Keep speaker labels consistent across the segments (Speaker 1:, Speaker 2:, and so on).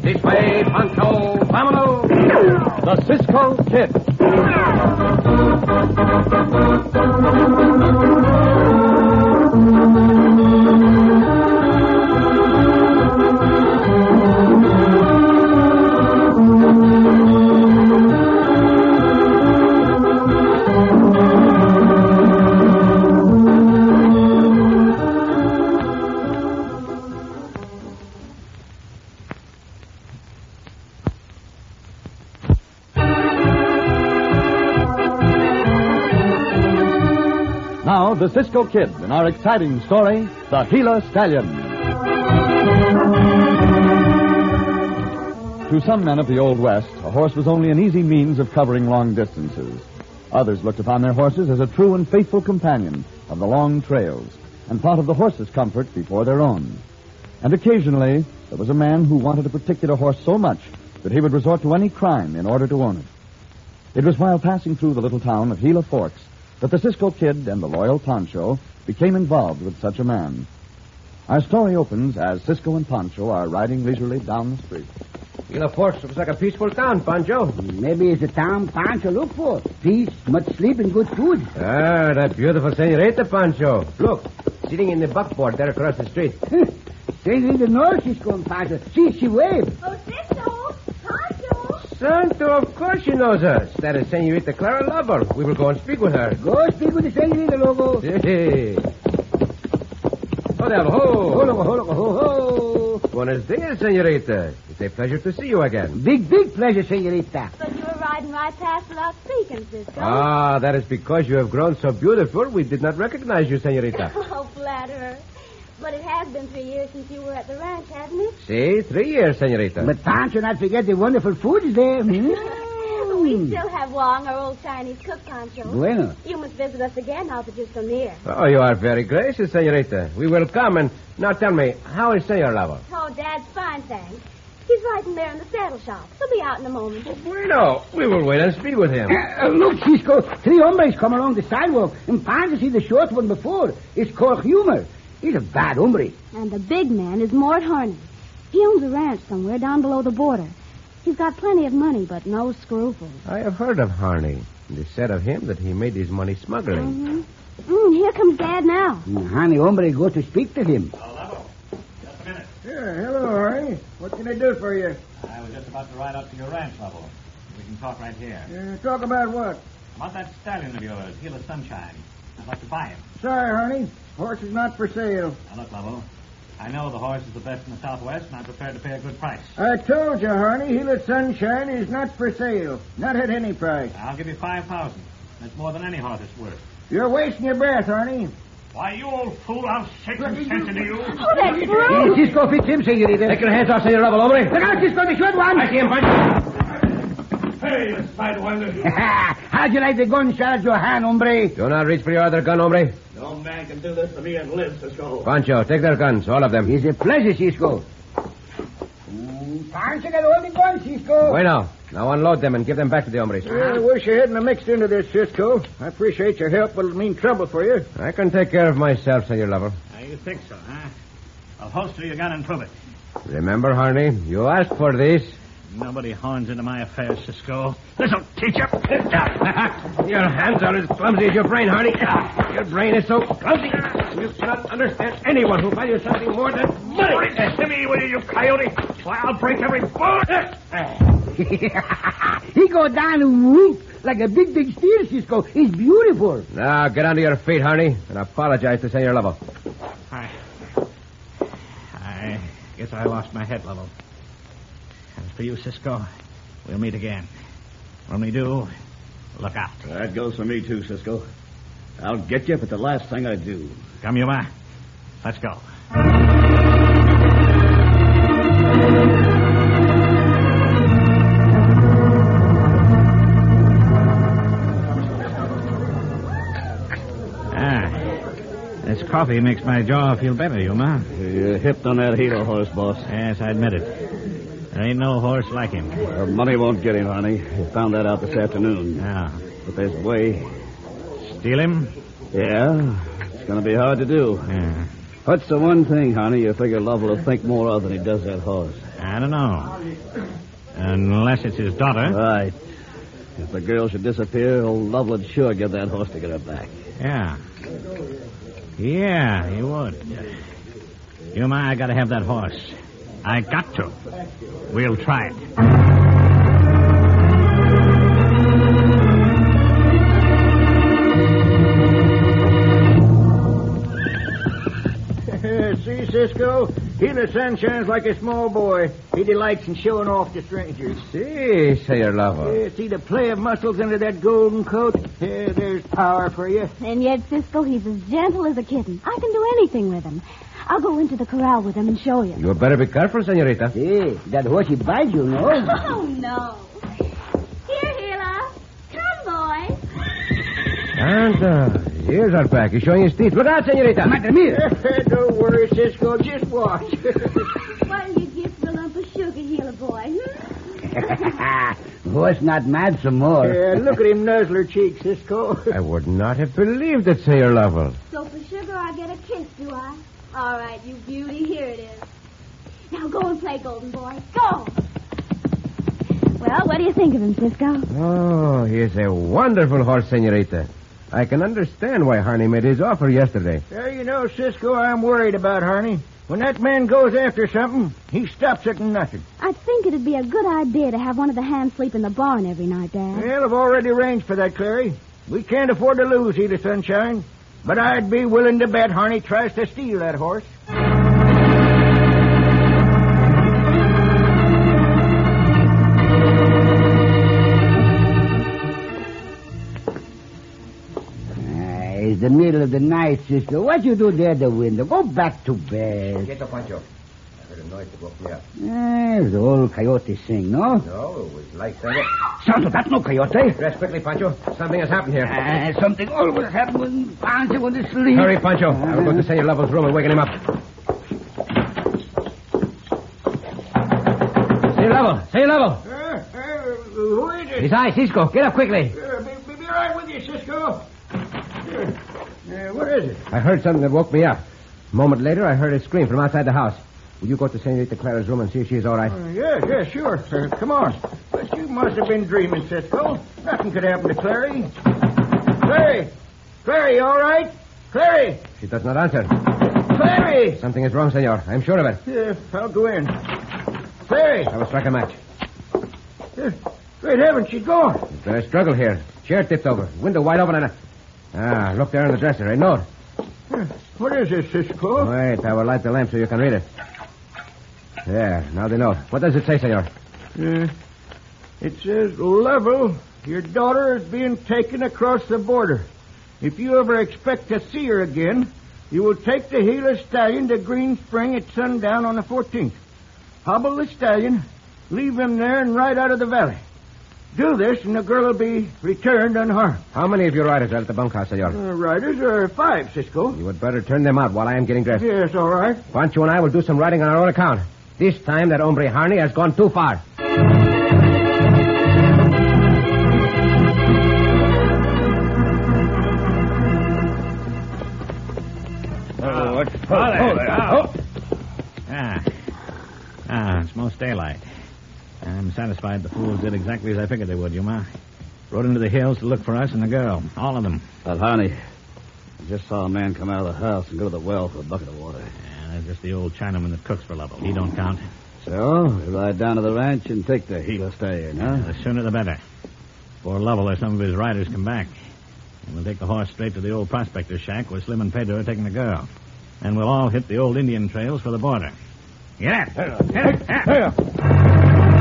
Speaker 1: This way, Pancho. Vámonos. The Cisco Kid. Now, the Cisco Kid in our exciting story, The Gila Stallion. To some men of the Old West, a horse was only an easy means of covering long distances. Others looked upon their horses as a true and faithful companion of the long trails and thought of the horse's comfort before their own. And occasionally, there was a man who wanted a particular horse so much that he would resort to any crime in order to own it. It was while passing through the little town of Gila Forks that the Cisco Kid and the loyal Pancho became involved with such a man. Our story opens as Cisco and Pancho are riding leisurely down the street.
Speaker 2: Gila Forks looks like a peaceful town, Pancho.
Speaker 3: Maybe it's a town Pancho look for. Peace, much sleep, and good food.
Speaker 2: Ah, that beautiful senorita, Pancho. Look, sitting in the buckboard there across the street.
Speaker 3: They in the north, Cisco and Pancho. See, she waved.
Speaker 4: Oh, Cisco! Pancho!
Speaker 2: Santo, of course she knows us. That is Senorita Clara Lover. We will go and speak with her.
Speaker 3: Go speak with the senorita, Lobo.
Speaker 2: Hey. Oh, there, ho.
Speaker 3: Ho, Lobo, ho, Lobo, ho, ho.
Speaker 2: Buenos dias, Senorita. It's a pleasure to see you again.
Speaker 3: Big, big pleasure, senorita.
Speaker 4: But you were riding right past without speaking, Cisco.
Speaker 2: Ah, that is because you have grown so beautiful, we did not recognize you, Senorita.
Speaker 4: Oh, flatterer. But it has been three years since you were at the ranch, hasn't it?
Speaker 2: See, three years, Senorita.
Speaker 3: But Pancho not forget the wonderful food is there. Hmm?
Speaker 4: We still have Wong, our old Chinese cook, Pancho.
Speaker 3: Bueno.
Speaker 4: You must visit us again now that you're so near.
Speaker 2: Oh, you are very gracious, Senorita. We will come and now tell me, how is Senor Lover?
Speaker 4: Oh, Dad's fine, thanks. He's riding there in the saddle shop. He'll be out in a moment.
Speaker 2: Bueno, we will wait and speak with him.
Speaker 3: Uh, uh, look, Cisco, three hombres come along the sidewalk, and Pancho see the short one before. It's called humor. He's a bad hombre.
Speaker 4: And the big man is Mort Harney. He owns a ranch somewhere down below the border. He's got plenty of money, but no scruples.
Speaker 2: I have heard of Harney. It is said of him that he made his money smuggling.
Speaker 4: Mm-hmm. Mm, here comes Dad now.
Speaker 3: And honey hombre go to speak to him.
Speaker 5: Yeah, hello, Harry. What can I do for you? I was just about to ride up to your ranch level. We can talk right here.
Speaker 6: Uh, talk about what?
Speaker 5: About that stallion of yours, Gila Sunshine. I'd like to buy him.
Speaker 6: Sorry, honey. Horse is not for sale.
Speaker 5: Now look, Lobo. I know the horse is the best in the Southwest, and I'm prepared to pay a good price.
Speaker 6: I told you, honey, Gila Sunshine is not for sale. Not at any price.
Speaker 5: I'll give you five thousand. That's more than any horse is worth.
Speaker 6: You're wasting your breath, honey.
Speaker 5: Why, you old fool! I'll shake some sense into you.
Speaker 4: Oh, that's brute!
Speaker 3: Hey, Cisco, fix him, senorita.
Speaker 2: Take your hands off, Senor Lover, hombre.
Speaker 3: Look out, Cisco, the short one.
Speaker 2: I see him, Pancho.
Speaker 5: Hey, you sidewinder!
Speaker 3: How'd you like the gunshot at your hand, hombre?
Speaker 2: Do not reach for your other gun, hombre.
Speaker 5: no man can do this to me and live, Cisco.
Speaker 2: Pancho, take their guns, all of them.
Speaker 3: It's a pleasure, Cisco. Mm, Pancho got all the guns, Cisco.
Speaker 2: Bueno, now unload them and give them back to the hombres.
Speaker 6: I wish you hadn't mixed into this, Cisco. I appreciate your help, but it'll mean trouble for you.
Speaker 2: I can take care of myself, Senor Lover.
Speaker 5: Now, you think so, huh? I'll holster your gun and prove it.
Speaker 2: Remember, Harney, you asked for this.
Speaker 5: Nobody horns into my affairs, Cisco. This'll teach you. your hands are as clumsy as your brain, Hardy. Your brain is so clumsy. You cannot understand anyone who values something more than money. to me, will you, you coyote? Why, I'll break every bone.
Speaker 3: he go down and whoop like a big, big steer, Cisco. He's beautiful.
Speaker 2: Now, get onto your feet, Harney, and apologize to Senor Lover.
Speaker 5: I, I guess I lost my head level. As for you, Cisco, we'll meet again. When we do, look out.
Speaker 7: That goes for me, too, Cisco. I'll get you, but the last thing I do.
Speaker 5: Come, Yuma. Let's go.
Speaker 8: Ah. coffee makes my jaw feel better, Yuma.
Speaker 1: You hipped on that Gila horse, boss.
Speaker 8: Yes, I admit it. There ain't no horse like him.
Speaker 1: Well, money won't get him, Arnie. I found that out this afternoon.
Speaker 8: Now,
Speaker 1: But there's a way.
Speaker 8: steal him?
Speaker 1: Yeah, it's going to be hard to do.
Speaker 8: Yeah.
Speaker 1: What's the one thing, Honey, you figure Lovell will think more of than he does that horse?
Speaker 8: I don't know. Unless it's his daughter.
Speaker 1: Right. If the girl should disappear, old Lovell would sure get that horse to get her back.
Speaker 8: Yeah. Yeah, he would. Yuma, I gotta have that horse. I got to. We'll try it.
Speaker 5: See, Cisco? Gila Sunshine's like a small boy. He delights in showing off to strangers.
Speaker 2: See, Senor Lovell.
Speaker 5: Yeah, see the play of muscles under that golden coat? Yeah, there's power for you.
Speaker 4: And yet, Cisco, he's as gentle as a kitten. I can do anything with him. I'll go into the corral with him and show you.
Speaker 2: You better be careful, Senorita.
Speaker 3: Hey, that horse he bites you, no?
Speaker 4: Oh, no. Here, Hila. Come, boy.
Speaker 2: And uh, his ears are back. He's showing his teeth. Look out, Senorita.
Speaker 5: Don't worry, Cisco. Just watch.
Speaker 4: Why don't you give the lump of sugar, Hila boy? hmm?
Speaker 3: Horse not mad some more.
Speaker 5: Yeah, look at him nuzzle her cheek, Cisco.
Speaker 2: I would not have believed it, Senor Lovell.
Speaker 4: So for sugar, I get a kiss, do I? All right, you beauty, here it is. Now go and play, Golden Boy. Go! Well, what do you think of him, Cisco?
Speaker 2: Oh, he is a wonderful horse, Senorita. I can understand why Harney made his offer yesterday.
Speaker 5: Well, you know, Cisco, I'm worried about Harney. When that man goes after something, he stops at nothing.
Speaker 4: I think it'd be a good idea to have one of the hands sleep in the barn every night, Dad.
Speaker 5: Well, I've already arranged for that, Clary. We can't afford to lose either, Sunshine. But I'd be willing to bet Harney tries to steal that horse.
Speaker 3: Ah, it's the middle of the night, Cisco. What you do there at the window? Go back to bed.
Speaker 2: Get up, Pancho. I heard a noise that woke me up.
Speaker 3: Ah, the old coyote sing, no?
Speaker 2: No, it was like that.
Speaker 3: Santo, that's no coyote.
Speaker 2: Dress quickly, Pancho. Something has happened here.
Speaker 3: Ah, something always happens when Pancho wants to sleep.
Speaker 2: Hurry, Pancho. I will go to Senor Lovell's room and waken him up. Senor Lovell! Senor Lovell!
Speaker 5: Uh, who is it?
Speaker 2: It's I, Cisco. Get up quickly.
Speaker 5: Uh, be, be- be right with you, Cisco. Uh, uh, what is it?
Speaker 2: I heard something that woke me up. A moment later, I heard a scream from outside the house. Will you go to Senorita Clara's room and see if she is all right?
Speaker 5: Uh, yeah, yeah, sure. Uh, come on. But you must have been dreaming, Cisco. Nothing could happen to Clary. Clary! Clary, you all right? Clary!
Speaker 2: She does not answer.
Speaker 5: Clary!
Speaker 2: Something is wrong, senor. I'm sure of it.
Speaker 5: Yeah, Uh, I'll go in. Clary!
Speaker 2: I will strike a match.
Speaker 5: Uh, great heavens, she's gone.
Speaker 2: There's been a struggle here. Chair tipped over. Window wide open and a... Ah, look there on the dresser. A note.
Speaker 5: Uh, What is this, Cisco?
Speaker 2: Wait, I will light the lamp so you can read it. There, now the note. What does it say, senor?
Speaker 5: Uh, it says, Lovell, your daughter is being taken across the border. If you ever expect to see her again, you will take the Gila stallion to Green Spring at sundown on the 14th. Hobble the stallion, leave him there, and ride out of the valley. Do this, and the girl will be returned unharmed.
Speaker 2: How many of your riders are at the bunkhouse, senor?
Speaker 5: Uh, riders are five, Cisco.
Speaker 2: You would better turn them out while I am getting dressed.
Speaker 5: Yes, all right.
Speaker 2: Pancho and I will do some riding on our own account. This time, that hombre Harney has gone too far.
Speaker 1: Oh, what? Oh.
Speaker 8: Ah. Ah, it's most daylight. I'm satisfied the fools did exactly as I figured they would, Yuma. Rode into the hills to look for us and the girl. All of them.
Speaker 1: But, Honey, I just saw a man come out of the house and go to the well for a bucket of water.
Speaker 8: Yeah, that's just the old Chinaman that cooks for Lovell. He don't count.
Speaker 1: So, we ride down to the ranch and take the Gila stallion, huh?
Speaker 8: The sooner the better. Before Lovell or some of his riders come back. And we'll take the horse straight to the old prospector's shack where Slim and Pedro are taking the girl. And we'll all hit the old Indian trails for the border. Get up! Get up! Get up.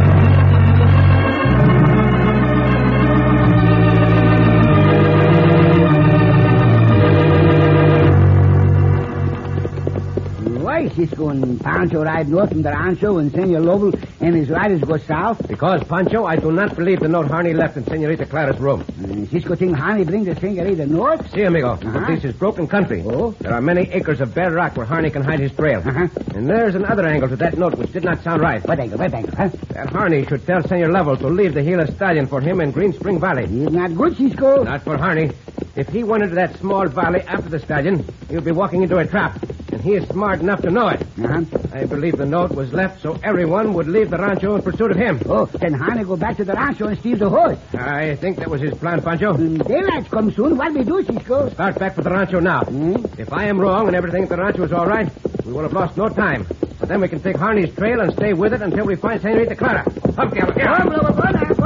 Speaker 3: Why, Cisco, when Pancho ride north from the rancho and Senor Lobo and his riders go south,
Speaker 2: Because, Pancho, I do not believe the note Harney left in Senorita Clara's room.
Speaker 3: uh, Cisco think Harney bring the senorita north.
Speaker 2: See, amigo,
Speaker 3: Uh-huh.
Speaker 2: this is broken country.
Speaker 3: Oh.
Speaker 2: There are many acres of bare rock where Harney can hide his trail.
Speaker 3: Uh-huh.
Speaker 2: And there's another angle to that note which did not sound right.
Speaker 3: What angle? What angle, huh?
Speaker 2: That Harney should tell Senor Lovell to leave the Gila Stallion for him in Green Spring Valley.
Speaker 3: He's not good, Cisco.
Speaker 2: Not for Harney. If he went into that small valley after the stallion, he would be walking into a trap. And he is smart enough to know it.
Speaker 3: Uh-huh.
Speaker 2: I believe the note was left so everyone would leave the rancho in pursuit of him.
Speaker 3: Oh, then Harney go back to the rancho and steal the horse.
Speaker 2: I think that was his plan, Pancho.
Speaker 3: When daylight come soon, what we do, Cisco?
Speaker 2: Start back for the rancho now.
Speaker 3: Hmm?
Speaker 2: If I am wrong and everything at the rancho is all right, we will have lost no time. But then we can take Harney's trail and stay with it until we find Senorita Clara. Up, Gallagher.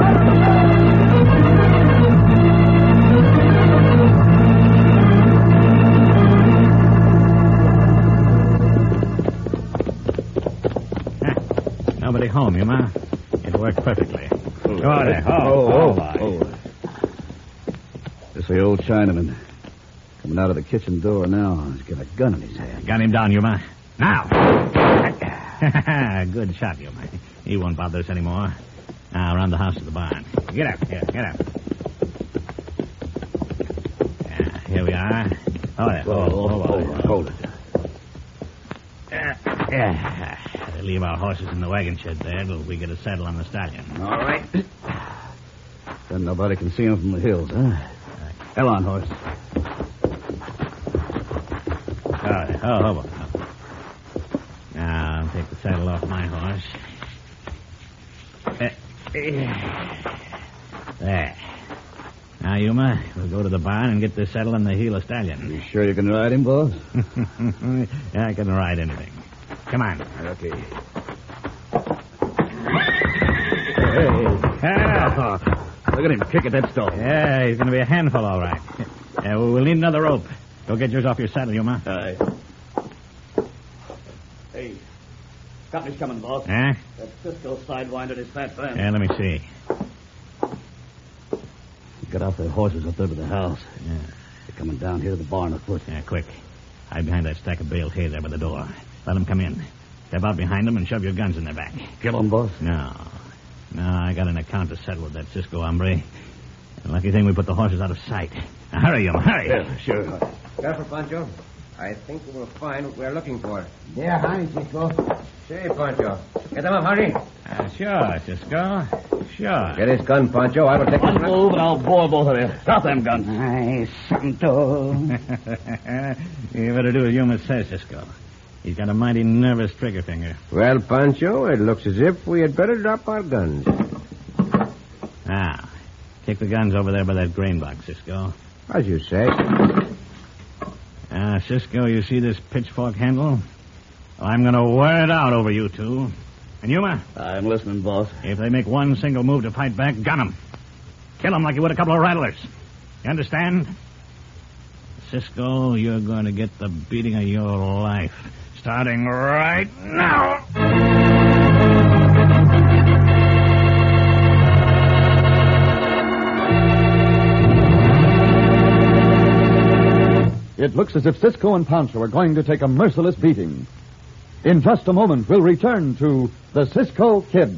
Speaker 5: Nobody home, you ma? It worked perfectly. Go there.
Speaker 7: Oh,
Speaker 5: Oh,
Speaker 7: oh,
Speaker 5: all right.
Speaker 8: oh.
Speaker 7: It's the old Chinaman. Coming out of the kitchen door now. He's got a gun in his hand.
Speaker 5: Got him down, Yuma. Now. Good shot, Yuma. He won't bother us anymore. Now, around the house to the barn. Get up. Here, get up. Yeah, here we are. Oh, there. Hold, hold, hold, hold.
Speaker 7: hold it.
Speaker 5: Yeah, Uh, yeah. We'll Leave our horses in the wagon shed there till we get a saddle on the stallion.
Speaker 7: All right. Then nobody can see him from the hills, huh? Hell on, horse.
Speaker 5: All right. Oh, hold on. hold on. Now, I'll take the saddle off my horse. Eh, eh. There. Now, Yuma, we'll go to the barn and get the saddle and the Gila
Speaker 7: You
Speaker 5: stallion.
Speaker 7: sure you can ride him, boss?
Speaker 5: yeah, I can ride anything. Come on.
Speaker 7: Okay.
Speaker 5: Ah.
Speaker 7: Look at him kick at that stall.
Speaker 5: Yeah, he's going to be a handful, all right. Yeah, well, we'll need another rope. Go get yours off your saddle, Yuma.
Speaker 7: Aye. Hey, company's coming, boss.
Speaker 5: Huh?
Speaker 7: That Cisco sidewinded his fat van.
Speaker 5: Eh? Yeah, let me see.
Speaker 7: Get off their horses up there by the house.
Speaker 5: Yeah.
Speaker 7: They're coming down here to the barn afoot.
Speaker 5: Yeah, quick. Hide behind that stack of baled hay there by the door. Let them come in. Step out behind them and shove your guns in their back.
Speaker 7: Kill them, boss.
Speaker 5: No. No, I got an account to settle with that Cisco hombre. And lucky thing we put the horses out of sight. Now, hurry, Yuma, hurry.
Speaker 7: sure.
Speaker 2: Careful, Pancho. I think we will find what we're looking for.
Speaker 3: Yeah, Harney, Cisco.
Speaker 2: Say, Pancho. Get them up, Harney.
Speaker 5: Uh, sure, Cisco. Sure.
Speaker 2: Get his gun, Pancho. I will take
Speaker 7: One move and I'll bore both of you. Stop them guns.
Speaker 3: Ay, santo.
Speaker 5: you better do as Yuma says, Cisco. He's got a mighty nervous trigger finger.
Speaker 2: Well, Pancho, it looks as if we had better drop our guns.
Speaker 5: Now, Ah, kick the guns over there by that grain box, Cisco.
Speaker 2: As you say.
Speaker 5: Ah, Cisco, you see this pitchfork handle? Well, I'm going to wear it out over you two. And Yuma,
Speaker 7: I'm listening, boss.
Speaker 5: if they make one single move to fight back, gun 'em. Kill 'em like you would a couple of rattlers. You understand? Cisco, you're going to get the beating of your life. Starting right now.
Speaker 1: It looks as if Cisco and Pancho are going to take a merciless beating. In just a moment, we'll return to the Cisco Kid.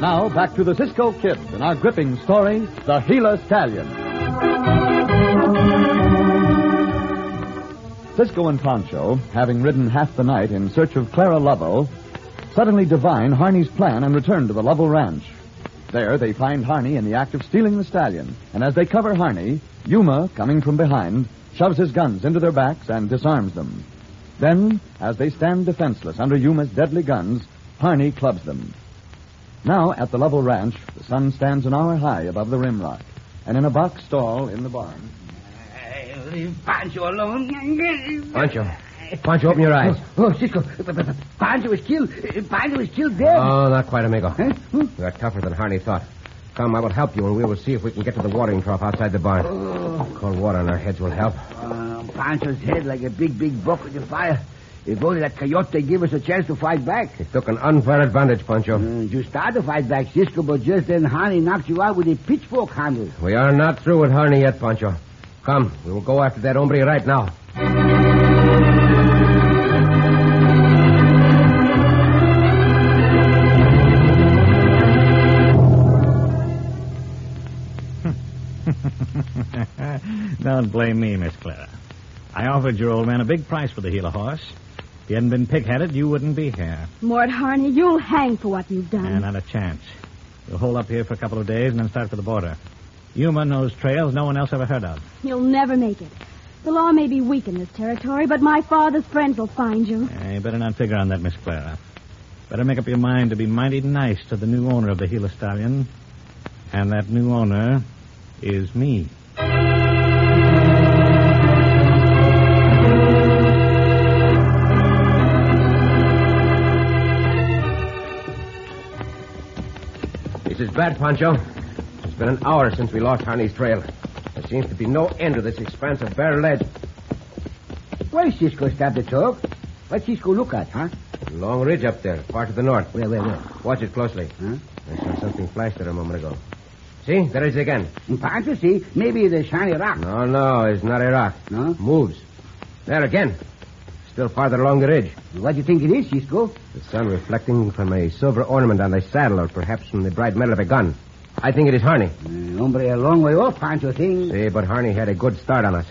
Speaker 1: Now, back to the Cisco Kid and our gripping story, The Gila Stallion. Cisco and Pancho, having ridden half the night in search of Clara Lovell, suddenly divine Harney's plan and return to the Lovell Ranch. There, they find Harney in the act of stealing the stallion, and as they cover Harney, Yuma, coming from behind, shoves his guns into their backs and disarms them. Then, as they stand defenseless under Yuma's deadly guns, Harney clubs them. Now, at the Lovell Ranch, the sun stands an hour high above the rim rock, and in a box stall in the barn.
Speaker 3: Leave Pancho alone.
Speaker 2: Pancho, Pancho, open your eyes.
Speaker 3: Oh, Cisco, Pancho was killed. Pancho was killed dead.
Speaker 7: Uh-huh.
Speaker 2: Oh, not quite, amigo.
Speaker 3: Huh? Hmm?
Speaker 2: You are tougher than Harney thought. Come, I will help you, and we will see if we can get to the watering trough outside the barn. Cold water on our heads will help.
Speaker 3: Oh, Uh, Pancho's head like a big, big bucket of fire. If only that coyote gave us a chance to fight back.
Speaker 2: It took an unfair advantage, Pancho.
Speaker 3: Uh, you started to fight back, Cisco, but just then Harney knocked you out with a pitchfork handle.
Speaker 2: We are not through with Harney yet, Pancho. Come, we will go after that hombre right now.
Speaker 1: Don't blame me, Miss Clara. I offered your old man a big price for the Gila horse. If he hadn't been pig-headed, you wouldn't be here.
Speaker 4: Mort Harney, you'll hang for what you've done.
Speaker 1: Eh, not a chance. You'll hold up here for a couple of days and then start for the border. Yuma knows trails no one else ever heard of.
Speaker 4: You'll never make it. The law may be weak in this territory, but my father's friends will find you.
Speaker 1: Eh, you better not figure on that, Miss Clara. Better make up your mind to be mighty nice to the new owner of the Gila stallion. And that new owner is me.
Speaker 2: This is bad, Pancho. It's been an hour since we lost Harney's trail. There seems to be no end to this expanse of bare ledge.
Speaker 3: Why Cisco stop the talk? What Cisco look at, huh?
Speaker 2: Long ridge up there, far to the north.
Speaker 3: Where, where, where?
Speaker 2: Watch it closely.
Speaker 3: Huh?
Speaker 2: I saw something flash there a moment ago. See, there it is again.
Speaker 3: And Pancho see, maybe the shiny rock.
Speaker 2: No, no, it's not a rock.
Speaker 3: No?
Speaker 2: Moves. There again. Still farther along the ridge.
Speaker 3: What do you think it is, Cisco? Uh,
Speaker 2: The sun reflecting from a silver ornament on the saddle, or perhaps from the bright metal of a gun. I think it is Harney.
Speaker 3: Uh, hombre, a long way off, Pancho thing.
Speaker 2: See, Eh, but Harney had a good start on us.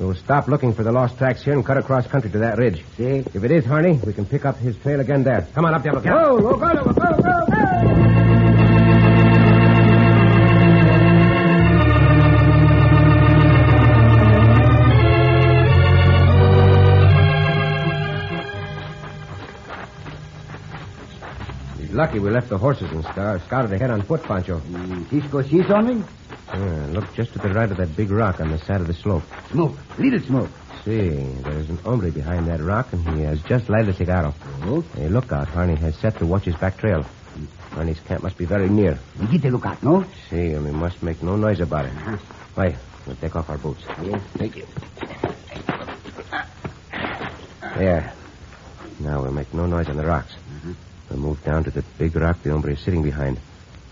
Speaker 2: We'll stop looking for the lost tracks here and cut across country to that ridge.
Speaker 3: See?
Speaker 2: If it is Harney, we can pick up his trail again there. Come on up, Diablo. Cat.
Speaker 3: Go, go, go, go, go, go, go.
Speaker 2: He's lucky we left the horses and scar- scouted ahead on foot, Pancho.
Speaker 3: Mm, Cisco see something?
Speaker 2: Ah, look just to the right of that big rock on the side of the slope.
Speaker 3: Smoke, little smoke.
Speaker 2: See, there's an hombre behind that rock, and he has just lighted a cigarro.
Speaker 3: Oh?
Speaker 2: A lookout Harney has set to watch his back trail. Harney's camp must be very near.
Speaker 3: You get the lookout, no?
Speaker 2: See, and we must make no noise about it. Why, we'll take off our boots.
Speaker 3: Yes, thank you.
Speaker 2: There. Now we'll make no noise on the rocks. We'll move down to the big rock the hombre is sitting behind.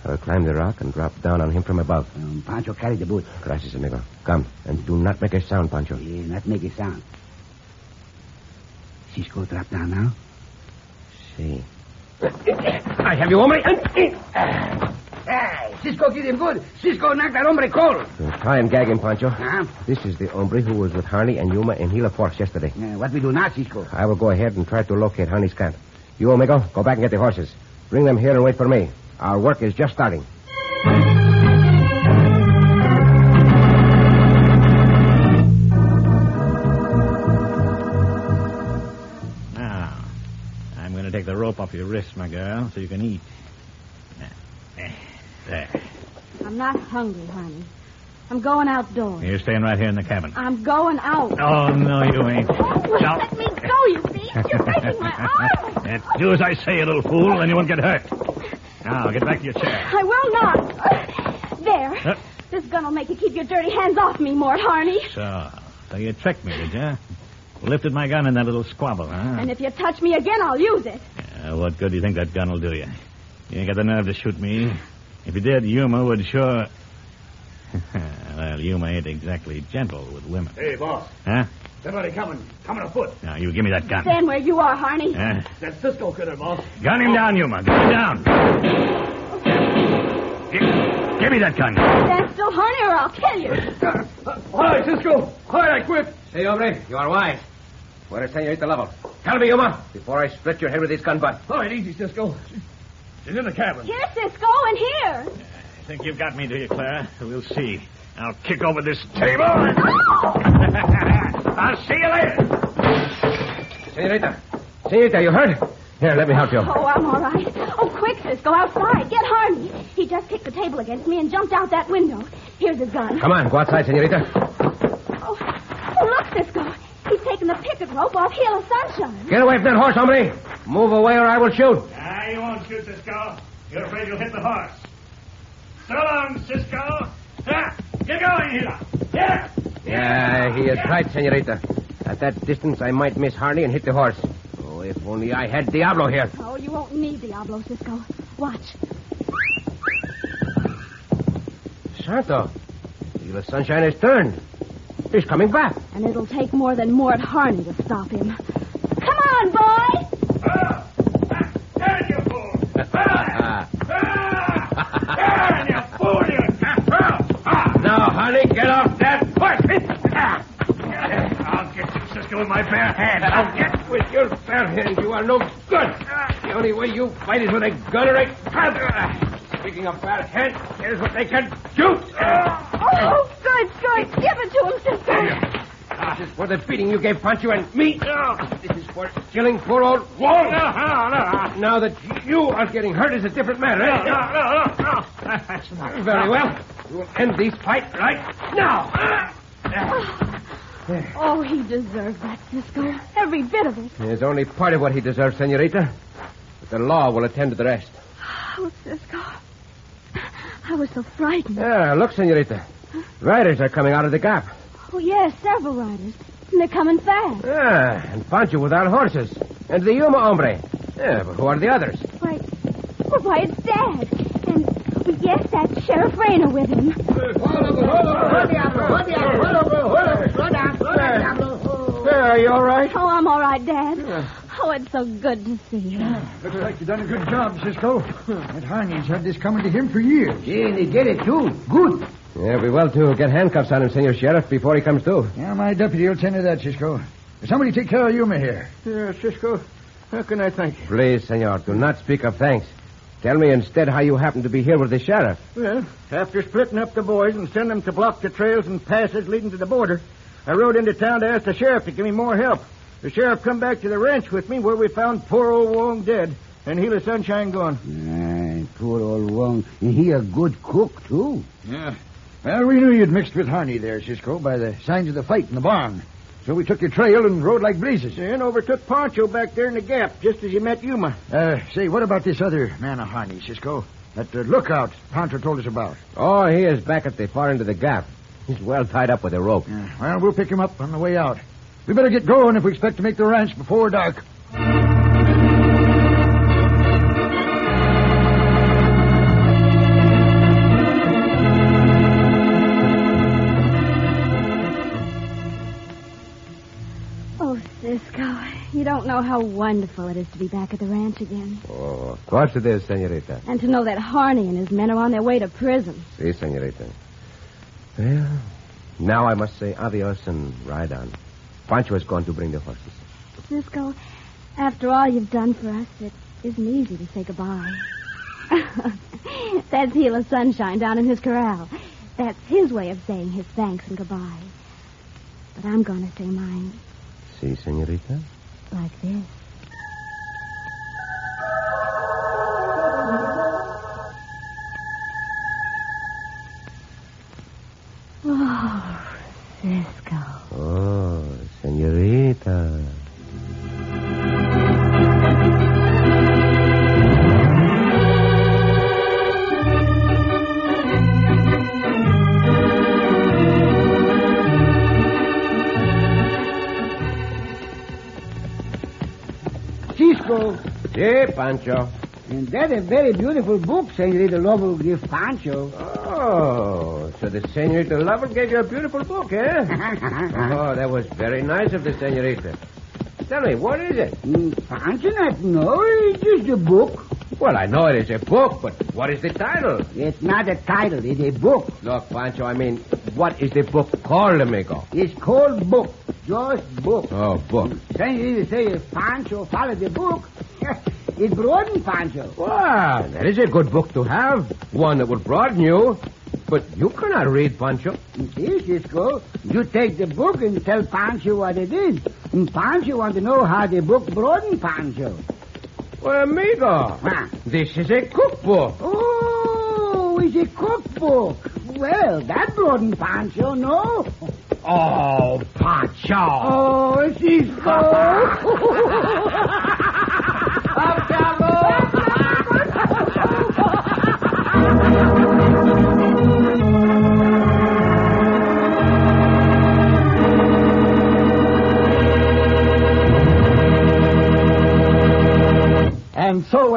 Speaker 2: I'll climb the rock and drop down on him from above.
Speaker 3: Um, Pancho carry the boot.
Speaker 2: Gracias, amigo. Come, and do not make a sound, Pancho.
Speaker 3: Yeah, not make a sound. Cisco drop down now.
Speaker 2: See.
Speaker 5: I have you, hombre.
Speaker 3: Hey, Cisco get him good. Cisco knock that hombre cold.
Speaker 2: We'll try and gag him, Pancho.
Speaker 3: Huh?
Speaker 2: This is the hombre who was with Harney and Yuma in Gila Forks yesterday.
Speaker 3: Uh, what we do now, Cisco?
Speaker 2: I will go ahead and try to locate Harney's camp. You, amigo, go back and get the horses. Bring them here and wait for me. Our work is just starting.
Speaker 1: Now, Ah, I'm going to take the rope off your wrist, my girl, so you can eat. Eh, eh, There.
Speaker 4: I'm not hungry, honey. I'm going outdoors.
Speaker 1: You're staying right here in the cabin.
Speaker 4: I'm going out.
Speaker 1: Oh, no, you ain't.
Speaker 4: Oh,
Speaker 1: No.
Speaker 4: let me go, you see. You're breaking my arm.
Speaker 1: Eh, Do as I say, you little fool, and you won't get hurt. Now, get back to your chair.
Speaker 4: I will not. There.
Speaker 1: Huh?
Speaker 4: This gun'll make you keep your dirty hands off me, Mort Harney.
Speaker 1: So, so you tricked me, did you? Lifted my gun in that little squabble, huh?
Speaker 4: And if you touch me again, I'll use it.
Speaker 1: Uh, what good do you think that gun will do you? You ain't got the nerve to shoot me. If you did, Yuma would sure. well, Yuma ain't exactly gentle with women.
Speaker 5: Hey, boss.
Speaker 1: Huh?
Speaker 5: Somebody coming. Coming afoot.
Speaker 1: Now, you give me that gun.
Speaker 4: Stand where you are, Harney.
Speaker 1: Huh?
Speaker 5: That's Cisco critter, boss.
Speaker 1: Gun him down, Yuma. Gun him down. Gi- give me that gun.
Speaker 4: Stand still, Harney, or I'll kill you.
Speaker 5: All right, Cisco. All right, I quit.
Speaker 2: Hey, hombre, you are wise. Where is Senorita Lovell? Tell me, Yuma, before I split your head with this gun butt.
Speaker 5: All right, easy, Cisco. She's in the cabin.
Speaker 4: Here, Cisco, and here.
Speaker 1: I think you've got me, do you, Clara? We'll see. I'll kick over this table. and- I'll see you later.
Speaker 2: Senorita. Senorita, you hurt? Here, let me help you.
Speaker 4: Oh, I'm all right. Oh, quick, Cisco, outside. Get Harney. He just kicked the table against me and jumped out that window. Here's his gun.
Speaker 2: Come on, go outside, Senorita.
Speaker 4: Oh, oh look, Cisco. He's taking taking the picket rope off Hill of Sunshine.
Speaker 9: Get away from that horse, hombre. Move away or I will shoot.
Speaker 5: Ah, you won't shoot, Cisco. You're afraid you'll hit the horse. So long, Cisco. Ah, get going, Hila. Yeah.
Speaker 2: Yeah, he is right, senorita. At that distance, I might miss Harney and hit the horse. Oh, if only I had Diablo here.
Speaker 4: Oh, you won't need Diablo, Cisco. Watch.
Speaker 2: Santo, the sunshine has turned. He's coming back.
Speaker 4: And it'll take more than Mort Harney to stop him. Come on, boy!
Speaker 5: Turn, you fool. Ah. Ah. Turn, you fool, you. Ah. Ah.
Speaker 2: Now, Harney, get off that horse.
Speaker 5: Ah. I'll get you, Cisco, with my bare hand. I'll get
Speaker 9: With your bare hand, you are no good. The only way you fight is with a gun or a club. Speaking of bare hand, here's what they can do.
Speaker 4: Oh, good, good. Give it to him, Cisco.
Speaker 9: This is for the beating you gave Pancho and me. This is for killing poor old Walt. Now that you are getting hurt is a different matter. eh? Very well. We will end this fight right now.
Speaker 4: Oh, he deserved that, Cisco. Every bit of it.
Speaker 2: It's only part of what he deserves, senorita. But the law will attend to the rest.
Speaker 4: Oh, Cisco. I was so frightened.
Speaker 2: Yeah, look, senorita. Riders are coming out of the gap.
Speaker 4: Oh, yes, several riders. And they're coming fast.
Speaker 2: Ah, and Pancho without horses. And the Yuma hombre. Yeah, but who are the others?
Speaker 4: Why, well, why, it's Dad. And, oh, yes, that's Sheriff Rayner with him.
Speaker 1: There, are you all right?
Speaker 4: Oh, I'm all right, Dad. Oh, it's so good to see you.
Speaker 1: Looks like you've done a good job, Cisco. That Harney's had this coming to him for years.
Speaker 3: Yeah, and they get it, too. Good.
Speaker 2: Yeah, we will, too. Get handcuffs on him, Senor Sheriff, before he comes to.
Speaker 1: Yeah, my deputy will tend to that, Cisco. Somebody take care of Yuma here. Yeah, Cisco. How can I thank you?
Speaker 2: Please, Senor, do not speak of thanks. Tell me instead how you happened to be here with the sheriff.
Speaker 1: Well, after splitting up the boys and sending them to block the trails and passes leading to the border, I rode into town to ask the sheriff to give me more help. The sheriff come back to the ranch with me where we found poor old Wong dead and Gila Sunshine gone.
Speaker 3: Aye, poor old Wong. And he a good cook, too.
Speaker 1: Yeah. Well, we knew you'd mixed with Harney there, Cisco, by the signs of the fight in the barn. So we took your trail and rode like blazes. And overtook Poncho back there in the gap, just as you met Yuma. Uh, say, what about this other man of Harney, Cisco? That uh, lookout Poncho told us about.
Speaker 2: Oh, he is back at the far end of the gap. He's well tied up with a rope.
Speaker 1: Uh, well, we'll pick him up on the way out. We better get going if we expect to make the ranch before dark.
Speaker 4: Oh, Cisco, you don't know how wonderful it is to be back at the ranch again.
Speaker 2: Oh, of course it is, senorita.
Speaker 4: And to know that Harney and his men are on their way to prison.
Speaker 2: See, senorita. Well, now I must say adios and ride on. Pancho is going to bring the horses.
Speaker 4: Cisco, after all you've done for us, it isn't easy to say goodbye. That's Gila Sunshine down in his corral. That's his way of saying his thanks and goodbye. But I'm going to say mine
Speaker 2: See, senorita.
Speaker 4: like this. Oh, Cisco.
Speaker 2: Oh, senorita.
Speaker 3: Cisco.
Speaker 2: Hey, Pancho.
Speaker 3: And that a very beautiful book, Senorita Lobo give Pancho.
Speaker 2: Oh, so the senorita Lovell gave you a beautiful book, eh?
Speaker 3: Mm,
Speaker 2: oh, that was very nice of the senorita. Tell me, what is it?
Speaker 3: Mm, Pancho not know, it's just a book.
Speaker 2: Well, I know it is a book, but what is the title?
Speaker 3: It's not a title, it's a book.
Speaker 2: Look, Pancho, I mean, what is the book called, amigo?
Speaker 3: It's called book, just book.
Speaker 2: Oh, book.
Speaker 3: Senorita say if Pancho follow the book, it broaden Pancho.
Speaker 2: Well, that is a good book to have. One that would broaden you. But you cannot read, Pancho.
Speaker 3: See, Cisco, you take the book and tell Pancho what it is. And Pancho want to know how the book broaden Pancho.
Speaker 2: Well, amigo,
Speaker 3: Huh.
Speaker 2: this is a cookbook.
Speaker 3: Oh, it's a cookbook. Well, that broaden Pancho, no?
Speaker 2: Oh, Pancho.
Speaker 3: Oh, Francisco. Oh. Up,
Speaker 1: And so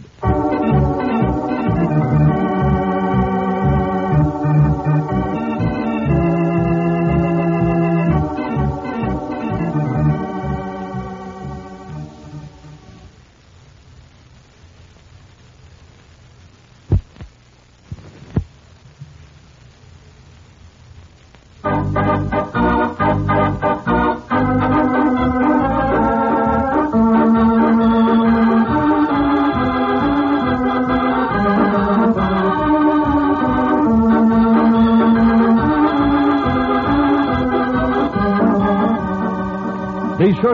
Speaker 1: Be sure